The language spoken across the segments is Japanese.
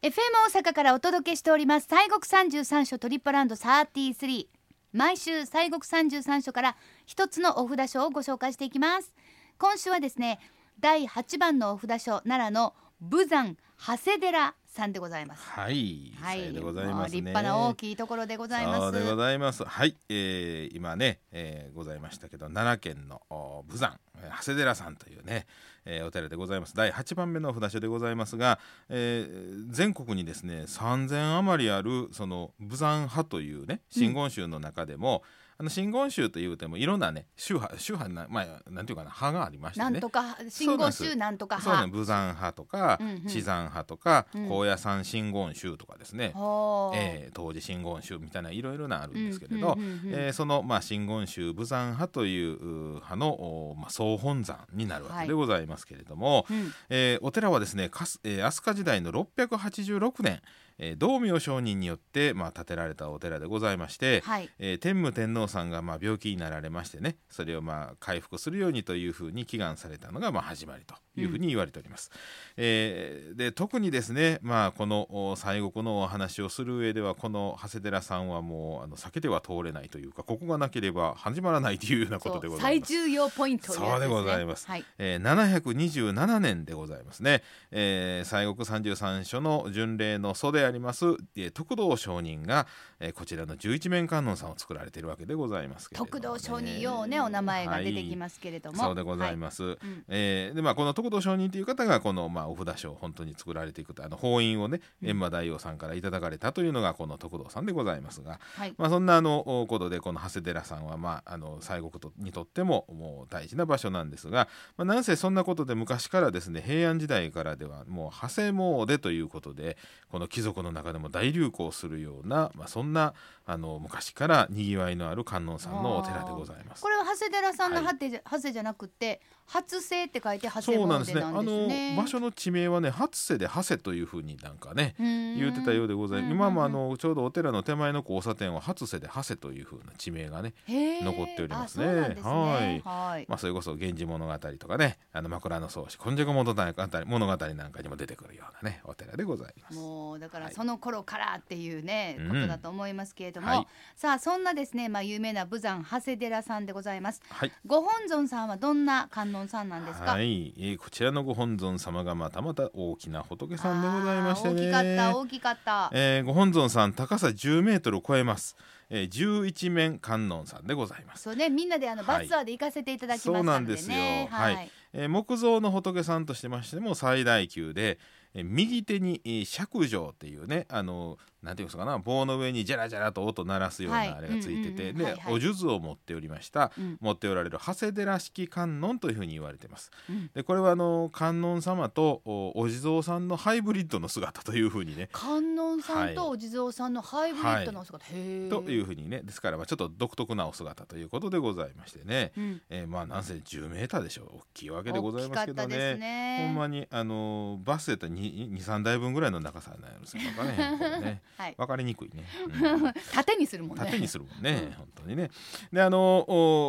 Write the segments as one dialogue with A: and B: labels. A: FM 大阪からお届けしております西国三十三所トリップランド33毎週西国三十三所から一つのお札書をご紹介していきます今週はですね第八番のお札書奈良の武山長谷寺さんでございます
B: はい、
A: はい
B: さようでござい
A: もう
B: ます
A: 立
B: ね。
A: 派な大きいところでございます
B: そうでございます。はい、えー、今ね、えー、ございましたけど、奈良県のお武山えー長谷寺さんというね、えー、お寺でございます。第8番目のお札所でございますが、えー、全国にですね、3000余りあるその武山派というね、真言宗の中でも、あの真言宗というてもいろんなね宗派宗派なまあなんていうかな派がありまして
A: な
B: ね。
A: んとか信号宗なんとか
B: そうね
A: 派
B: 武山派とか、
A: うんうん
B: 地山派とか、
A: うん
B: 高野山真言宗とかですね、
A: ほう
B: えー当時真言宗みたいないろいろなあるんですけれど、
A: うんうんうんうん
B: えーその、まあ、真言宗武山派というう派の、おまあ、総本山になるわけでございますけれども、
A: うん
B: えーお寺はですねかす、えー飛鳥時代の686年、えー道明上人によって、まあ、建てられたお寺でございまして、
A: はい
B: えー天武天皇さんがまあ病気になられましてねそれをまあ回復するようにというふうに祈願されたのがまあ始まりというふうに言われております。えーで特にですね、まあ、このお西国のお話をする上ではこの長谷寺さんはもうあの避けては通れないというかここがなければ始まらないというようなことで
A: そ
B: ご
A: う
B: ざい
A: 最
B: ます。
A: 重要ポイントといやつ
B: そうでございます
A: はい
B: えー、727年でございますね、えー、西国三十三所の巡礼の祖であります、えー徳道上人が、えーこちらの十一面観音さんを作られているわけでございますけれどもね、
A: 徳道商人ようねお名前が出てき
B: す、
A: ますけれど
B: は
A: も、
B: そうでござい
A: は
B: ます、
A: うん
B: えーでまあ、この徳道上人という方がこの、まあ、お札書を本当に作られていくとあの法印をね閻魔大王さんからいただかれたというのがこの徳道さんでございますが、
A: はい
B: まあ、そんなあのおことでこの長谷寺さんは、まあ、あの西国とにとってももう大事な場所なんですが、まあ、なんせそんなことで昔からですね平安時代からではもう長谷詣ということでこの貴族の中でも大流行するような、まあ、そんなあの昔からにぎわいのある観音さんのお寺でございます
A: こ。れは長谷寺さんの
B: はい
A: ハテじゃ長谷じゃなくて初生って書いて長谷
B: そう
A: 詣
B: な
A: なんん
B: で
A: ですす
B: ね。
A: ね
B: あの場所の地名はね、初瀬で長谷というふうになんかね、言
A: 言
B: ってたよう
A: で
B: でございます。
A: うん
B: 今もあのちょうどお寺の手前の交差点は初瀬で長谷というふうな地名がね、残っておりますね
A: そうなんですね
B: はい
A: はい
B: まあ、それこそ「源氏物語」とかね「あの枕草子」「今昔物語」物語なんかにも出てくるようなねお寺でございます。
A: もうだから
B: はい
A: その頃からっていうね、
B: うん
A: ことだと思いますけれども、
B: はい
A: さあそんなですねまあ有名な武山長谷寺さんでございます
B: はい
A: ご本尊さんはどんな観音さんなんですか、
B: はい、えーこちらのご本尊様がまたまた大きな仏さんでございましてね。
A: あー大きかった大きかった、
B: えーご本尊さん高さ10メートルを超えます、えー、11面観音さんでございます。
A: そうねみんなであの
B: はい
A: バスツアーで行かせていただきましたのでね、
B: そうなんですよはいえー木造の仏さんとしてましても最大級で、えー右手に、えー釈上っていうねあのなんていうんですかな棒の上にジャラジャラと音鳴らすよう
A: はい
B: なあれがついてて、
A: うんうんうん
B: で、
A: はいはい
B: お数珠を持っておりました、
A: うん
B: 持っておられる長谷寺式観音というふうに言われています。
A: うん
B: でこれはあの観音様とおお地蔵さんのハイブリッドの姿というふうにね
A: 観音さんと
B: はい
A: お地蔵さんのハイブリッドの姿、へえ
B: というふうにねですからまあちょっと独特なお姿ということでございましてね、
A: うん、
B: えーまあなんせ10メーターでしょう大きいわけでございますけ
A: 大きかった
B: ど
A: で
B: ね
A: すね
B: ほんまにあのーバスやったら23台分ぐらいの長さになるんですよなんかねこれね
A: はい、
B: 分かりにくいね、うん
A: 縦にするもんね
B: 縦にするもんね本当にねであの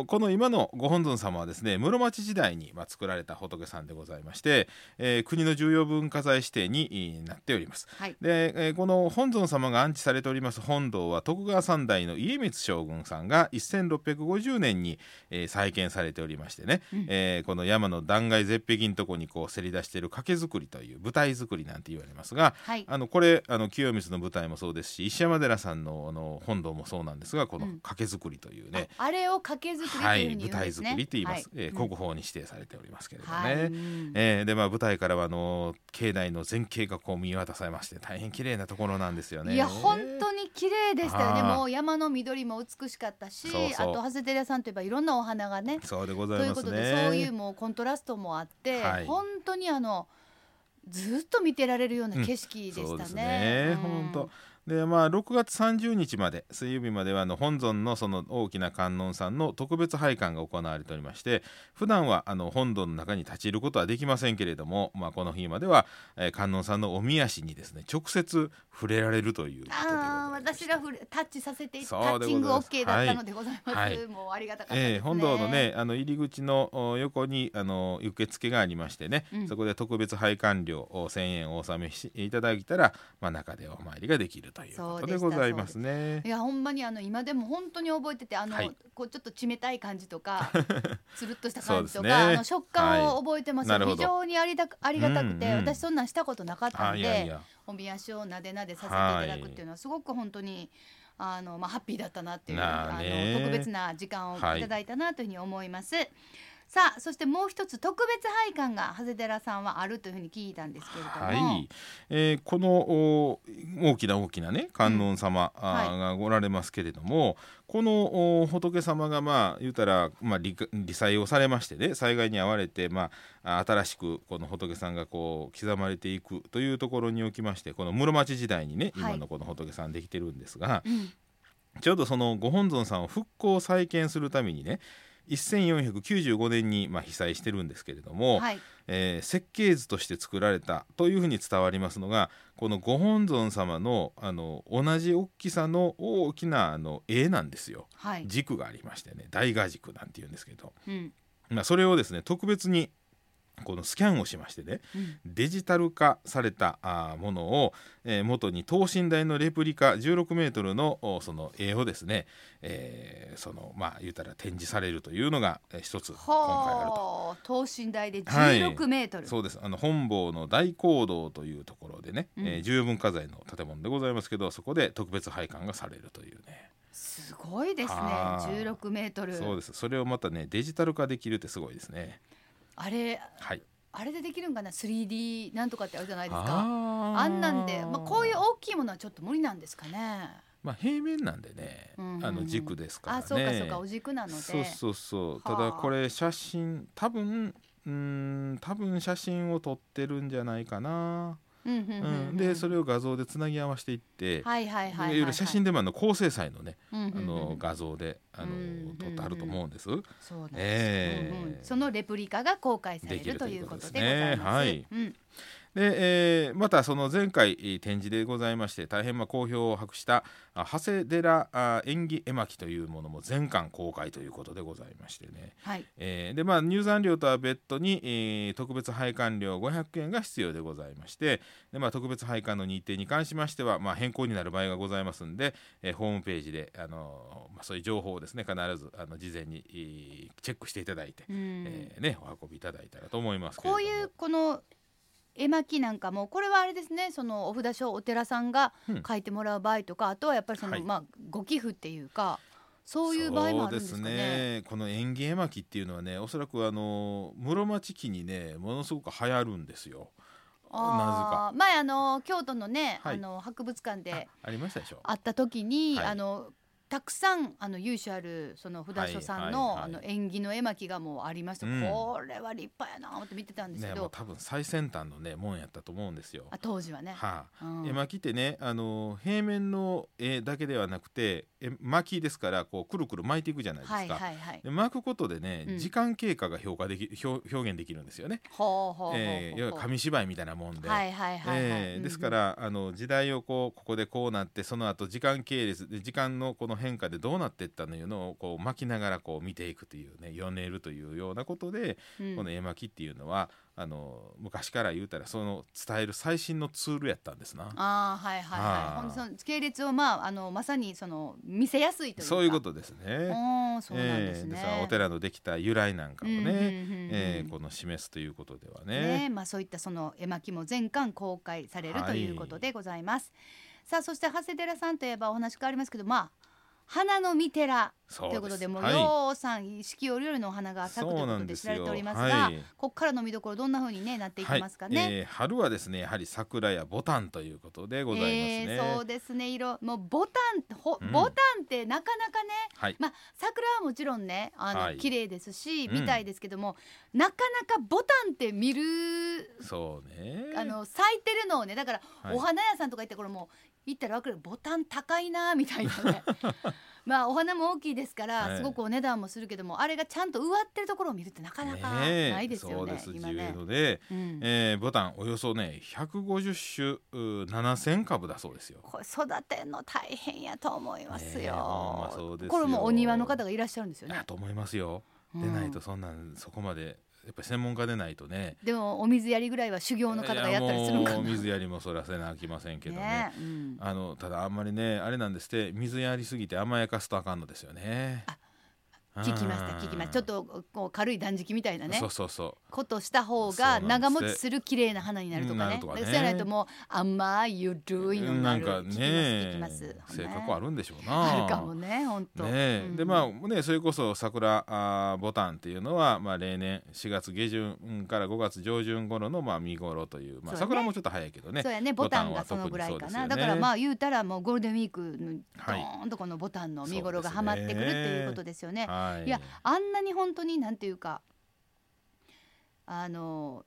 B: おこの今のご本尊様はですね室町時代に、まあ、作られた仏さんでございまして、えー国の重要文化財指定にえーなっております
A: はい
B: で、えーこの本尊様が安置されております本堂は徳川三代の家光将軍さんが1650年に、えー再建されておりましてね、
A: うん
B: えーこの山の断崖絶壁のとこにこうせり出している掛け作りという舞台作りなんて言われますが
A: はい
B: あのこれあの清水の舞台もそうですし石山寺さんのあの本堂もそうなんですがこの
A: うん
B: 掛け作りというね、
A: ああれを掛け作りと
B: は
A: いうふう
B: い
A: に言うん
B: 舞
A: で
B: 台
A: す
B: 作
A: ね。
B: りと言います、
A: は
B: えー
A: うん
B: 国宝に指定されておりますけれどもね。
A: はいうん
B: えーでまあ、舞台からはあの境内の全景がこう見渡されまして大変綺麗なところなんですよね。
A: いや本当に綺麗でしたよね。
B: あー
A: もう山の緑も美しかったし、
B: そうそう
A: あと長谷寺さんといえばいろんなお花がね。
B: そうでご
A: とい
B: ざい
A: う
B: ま
A: こ
B: す
A: と
B: ね。
A: でそういうもうコントラストもあって、
B: はい
A: 本当にあのずっと見てられるような景色で
B: そう
A: し
B: で
A: た
B: す
A: ね
B: ね。。本当。でまあ、6月30日まで水曜日まではあの本尊のその大きな観音さんの特別拝観が行われておりまして普段はあの本堂の中に立ち入ることはできませんけれども、まあ、この日までは、えー観音さんのおみ足にですね直接触れられるということでござい
A: ああ
B: ま
A: 私がふるタッチさせてタ
B: そう
A: ッ
B: で
A: チング
B: ございます
A: OK だったのでございます、
B: はいはい
A: もうありがたかったですね、
B: えー本堂のねあの入り口のお横にあの受付がありましてね、
A: うん
B: そこで特別拝観料を1,000円お納めしいただいたら、まあ、中でお参りができるということでございますね
A: い。やほんまにあの今でも本当に覚えててあの、
B: はい
A: こうちょっと冷たい感じと かつるっとした
B: そう
A: 感
B: で
A: じ
B: す
A: とか、
B: ね
A: あの食感を覚えてますよ、
B: はいなるほ
A: 非
B: ど
A: 常にありだありがたくて、
B: うんうん
A: 私そんなんしたことなかった
B: あ
A: ん
B: い
A: で
B: やいや
A: おみ足をなでなでさせていただくっていうのはすごく本当にあの、まあ、ハッピーだったなっていう
B: な
A: あ
B: あね
A: の特別な時間をい
B: はい
A: ただいたなというふうに思います。さあそしてもう一つ特別拝観が長谷寺さんはあるというふうに聞いたんですけれども、
B: はい、えーこのお大きな大きなね観音様、あーがおられますけれども、このお仏様がまあ言うたら、まあ、理か理災をされましてね災害に遭われて、まあ、あ新しくこの仏さんがこう刻まれていくというところにおきましてこの室町時代にね
A: はい
B: 今のこの仏さんできてるんですが、
A: うん
B: ちょうどそのご本尊さんを復興再建するためにね1495年にまあ被災してるんですけれども、
A: はい
B: えー設計図として作られたというふうに伝わりますのがこのご本尊様のあの同じ大きさの大きなあの絵なんですよ。
A: はい、
B: 軸がありましてね大画軸なんて言うんですけど、
A: うん
B: まあ、それをですね特別にこのスキャンをしましてね
A: うん
B: デジタル化されたあーものを、えー元に等身大のレプリカ16メートルのおその絵をですね、えーそのまあ言うたら展示されるというのがえー一つ今回あると
A: はあ、等身大で
B: はい
A: 16メートル。
B: そうですあの本坊の大講堂というところでね、
A: うん
B: えー重文化財の建物でございますけどそこで特別拝観がされるというね、
A: すごいですね。
B: はあ
A: 16メートル。
B: そうですそれをまたねデジタル化できるってすごいですね
A: あれ
B: はい
A: あれでできるんかな 3D なんとかってあるじゃないですか。
B: あー
A: あんなんで、まあこういう大きいものはちょっと無理なんですかね。
B: まあ平面なんでね、
A: うんうんうん
B: あの軸ですからね
A: あ、そうかそうか、お軸なので。
B: そうそうそう
A: はあ
B: ただこれ写真多分うーん多分写真を撮ってるんじゃないかな、
A: うんうんう
B: うん
A: んうん。
B: でそれを画像でつなぎ合わせていって、
A: はいはいはいい
B: ろ
A: はいい
B: ろ写真でもあの高精細のね
A: うんうん
B: あ
A: うんう
B: の
A: ん
B: 画像であ
A: うんうんう
B: の
A: ん
B: 撮ってあると思うんです。
A: そうなんです。
B: ええ
A: うんうんそのレプリカが公開され
B: でき
A: る
B: る
A: と
B: と
A: い
B: いうう
A: こ
B: ことと
A: で
B: で
A: ご
B: す
A: ざ
B: ね
A: います。
B: はい
A: うん、
B: で、えーまたその前回えー展示でございまして大変まあ好評を博したあ長谷寺あ演技絵巻というものも全巻公開ということでございましてね。
A: はい。
B: えーでまあ、入山料とは別途に、えー特別拝観料500円が必要でございましてで、まあ、特別拝観の日程に関しましては、まあ、変更になる場合がございますんで、えーホームページで、あのーまあ、そういう情報をですね必ずあの事前に、えーチェックしていただいて、
A: うん
B: えーね、お運びいただいたらと思いますけれ
A: こ
B: ども
A: ういうこの絵巻なんかもこれはあれですねそのお札書をお寺さんが
B: うん
A: 書いてもらう場合とか、あとはやっぱりその、
B: はい
A: まあご寄付っていうかそういう場合もあるんですか
B: そう
A: ね。
B: この縁起絵巻っていうのはねおそらく、あのー室町期にねものすごく流行るんですよ。
A: あー前あの京都のね、
B: はい
A: あの博物館で
B: あありましたでしょ
A: 会った時に、
B: はい
A: あのたくさんあの由緒あるその札書さんの,、
B: はいはい
A: あ
B: はい
A: の縁起の絵巻がもうありました、
B: うん
A: これは立派やなって見てたんです
B: ね
A: け、
B: も
A: ど、
B: う多分最先端のねもんやったと思うんですよ。
A: あ当時はね。
B: はあ
A: うん
B: 絵巻ってね、あの平面の絵だけではなくて絵巻ですからこうくるくる巻いていくじゃないですか、
A: はいはいはい。
B: で巻くことでね、
A: うん
B: 時間経過が評価でき表表現できるんですよね、
A: ほうほうほうほう
B: えーいわゆる紙芝居みたいなもんで、
A: はいはいはいはい、
B: えーです
A: ら
B: から、あの時代をこうここでこうなってその後時間系列で時間のこの変化でどうなっていったのいうのをこう巻きながらこう見ていくというね読めるというようなことで、
A: うん
B: この絵巻っていうのはあの昔から言うたらその伝える最新のツールやったんですな。
A: ああはいはいはい。
B: あー
A: ほんでその系列をまああのまさにその見せやすいというか。
B: そういうことですね。
A: おーそうなんですね。
B: ええでさお寺のできた由来なんかもね、
A: うんうんうんうん
B: ええこの示すということでは
A: ね
B: ね。
A: まあそういったその絵巻も全巻公開される
B: はい
A: ということでございます。さあそして長谷寺さんといえばお話変わりますけどまあ花の御寺
B: そ
A: ということでもう
B: はい
A: ようさん四季折々のお花が咲くという
B: そ
A: こ
B: うな
A: と
B: んで
A: です知
B: よ
A: られております
B: は
A: が
B: い、
A: ここからの見どころどんな風にねなっていきますか
B: はい
A: ね。
B: ええ春はですねやはり桜やボタンということでございますね。
A: えーそうですね色もうボタンほ、
B: うん
A: ボタンってなかなかね、
B: はい
A: まあ桜はもちろんねあの、
B: はい
A: 綺麗ですし
B: うん
A: 見たいですけども、なかなかボタンって見る
B: そうね。
A: あの咲いてるのをねだから、
B: はい
A: お花屋さんとか行ってこれもう行ったら分かるボタン高いなみたいなねまあお花も大きいですから、
B: ええ
A: すごくお値段もするけどもあれがちゃんと植わってるところを見るってなかなか
B: え
A: ないです
B: そ
A: よ
B: う
A: ね
B: です
A: 今
B: 自由
A: ね。
B: 度で、
A: うん
B: えーボタンおよそね150種う7000株だそうですよ。
A: これ育てんの大変やと思います
B: ねえ
A: よ。
B: ほんまそうですよ
A: これもお庭の方がいらっしゃるんですよ
B: だ
A: ね。
B: と思いますよ。で
A: うん
B: ないとそんなんそこまでやっぱり専門家でないとね。
A: でもお水やりぐらいは修行の方がやったりするんか
B: いや
A: な。
B: もう水やりもそらせなあきませんけどね。
A: ねえうん
B: あのただあんまりねあれなんですって水やりすぎて甘やかすとあかんのですよね。
A: 聞きました
B: うん
A: 聞きましたちょっとこう軽い断食みたいなね
B: そうそうそ
A: ことした方
B: そ
A: が
B: うなんです
A: 長持ちする綺麗な花になるとか
B: な
A: ね
B: るとかね
A: でそうやないともう甘いゆ
B: う。
A: るいのに
B: な
A: なんる
B: か
A: 聞
B: ね
A: きます聞きます
B: 性格あ
A: る
B: るんでしょう
A: あ
B: な。
A: るかもね本当
B: ねでまあねそれこそ桜あーボタンっていうのは、まあ、例年4月下旬から5月上旬頃のまあ見頃という、
A: そ
B: まあ、
A: うね
B: 桜もちょっと早いけどね
A: そうやねボタンがそのぐらいかな、だからまあ言うたらもうゴールデンウィークのドーンとこのボタンの見頃がはまってくるっていうことですよね。
B: あ、はい
A: いやあんなに本当になんていうかあの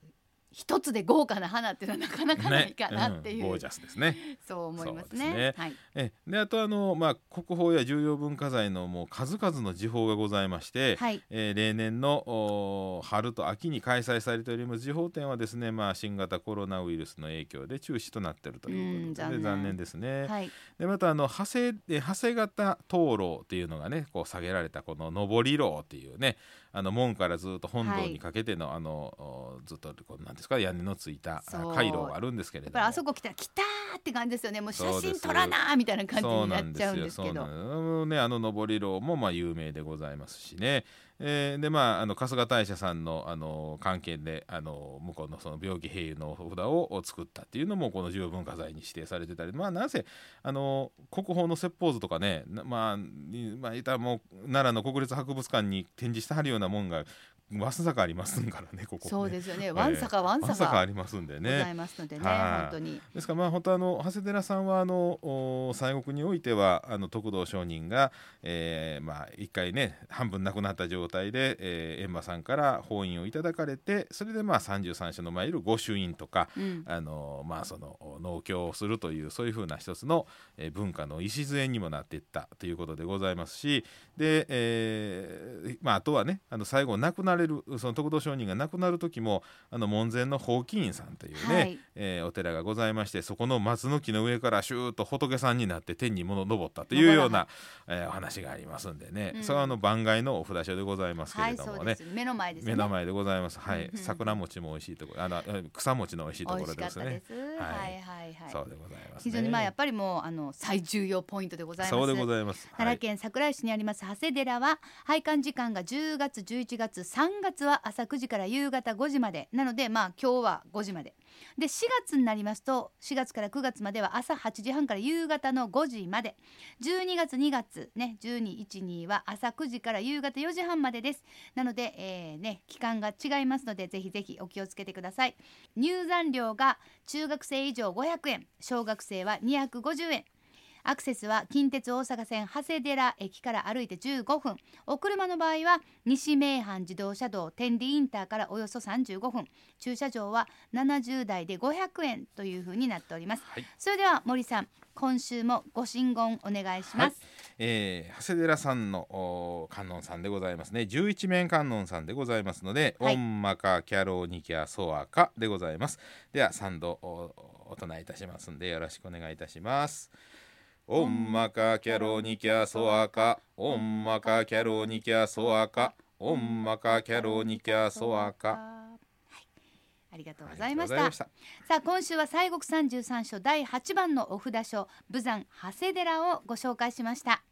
A: 一つで豪華な花っていうのはなかなかないかなっていう、
B: ねうんゴージャスですね
A: そう思います
B: そうですね
A: ね。はい。
B: えであとあの、まあ、国宝や重要文化財のもう数々の時報がございまして、
A: はい。
B: えー例年のおー春と秋に開催されております地方展はですね、まあ、新型コロナウイルスの影響で中止となっているということで
A: うん残念
B: 残念ですね。
A: はい。
B: でまたあの長谷え長谷型灯籠っていうのがねこう下げられたこの上り廊っていうねあの門からずっと本堂にかけての、あのおずっとこうなんですか屋根のついたあ
A: そう
B: 回廊があるんですけれ
A: や
B: ど
A: っ
B: も
A: ぱりあそこ来たら来たーって感じですよね。もう写
B: そうで
A: 真
B: す
A: 撮らなーみたいな感じ
B: そう
A: に
B: な
A: なんっ
B: で
A: ちゃ
B: す
A: うん
B: よ
A: です
B: そう
A: け
B: な
A: ど。
B: のあのねあの上り廊もまあ有名でございますしね、えーでまああの春日大社さんのあの関係であの向こうのその病気平癒のお札を作ったっていうのもこの重要文化財に指定されてたりまあなんせあの国宝の説法図とかねなまあにまあ言ったらもう奈良の国立博物館に展示してはるようなもんがわすさかありますんからねここね
A: そうですよね。
B: ー
A: わんさかわん
B: わ
A: さ
B: んさかあ
A: か
B: りますんで
A: ご
B: ね
A: ざいますのでね、
B: はい
A: 本当に。
B: ですからまあ本当あの長谷寺さんはあのお西国においてはあの徳道上人が、えーまあ一回ね半分亡くなった状態で、えー閻魔さんから法印をいただかれてそれでまあ三十三所の参る御朱印とか、
A: うん。
B: あのまあその農協をするというそういうふうな一つの、えー文化の礎にもなっていったということでございますしで、えーまあ、あとはねあの最後亡くなれるその徳道上人が亡くなる時もあの門前の法起院さんというね、
A: はい
B: えーお寺がございましてそこの松の木の上からシューッと仏さんになって天にもの登ったというような、えーお話がありますんでね、
A: うん
B: それはあの番外のお札所でございますけ
A: は
B: れ
A: い、
B: ど
A: そ
B: も
A: うで。
B: ね
A: す。目の前です
B: 目
A: ね。
B: の前でございます。はい、
A: うんうん
B: 桜餅も美味しいところ、あのえ草餅の美味しいと
A: 美
B: こ
A: 味
B: ろ
A: しか
B: で
A: っ
B: す
A: たで
B: ね。
A: す。
B: は
A: はいいはいはい。
B: そうでございます、ね。
A: 非常にまあやっぱりもうあの最重要ポイントでございます。
B: そうでございます。
A: 奈良県桜井市にあります長谷寺は拝観時間が10月11月3月は朝9時から夕方5時までなのでまあ今日は5時までで4月になりますと4月から9月までは朝8時半から夕方の5時まで12月2月ね1212は朝9時から夕方4時半までですなので、えーね期間が違いますのでぜひぜひお気をつけてください入山料が中学生以上500円小学生は250円アクセスは近鉄大阪線長谷寺駅から歩いて15分お車の場合は西名阪自動車道天理インターからおよそ35分駐車場は70台で500円というふうになっております、
B: はい
A: それでは森さん今週もご神言お願いします、
B: えー、長谷寺さんのおー観音さんでございますね十一面観音さんでございますので、
A: は
B: オ
A: い
B: ンマカキャローニキャソアカでございますでは三度おお唱えいたしますんでよろしくお願いいたしますオンマカキャローニキャソアカオンマカキャローニキャソアカオンマカキャローニキャソアカ
A: はいありがとうございまし
B: ありがとうござい
A: た
B: ました
A: さあ今週は西国三十三所第八番のお札所武山長谷寺をご紹介しました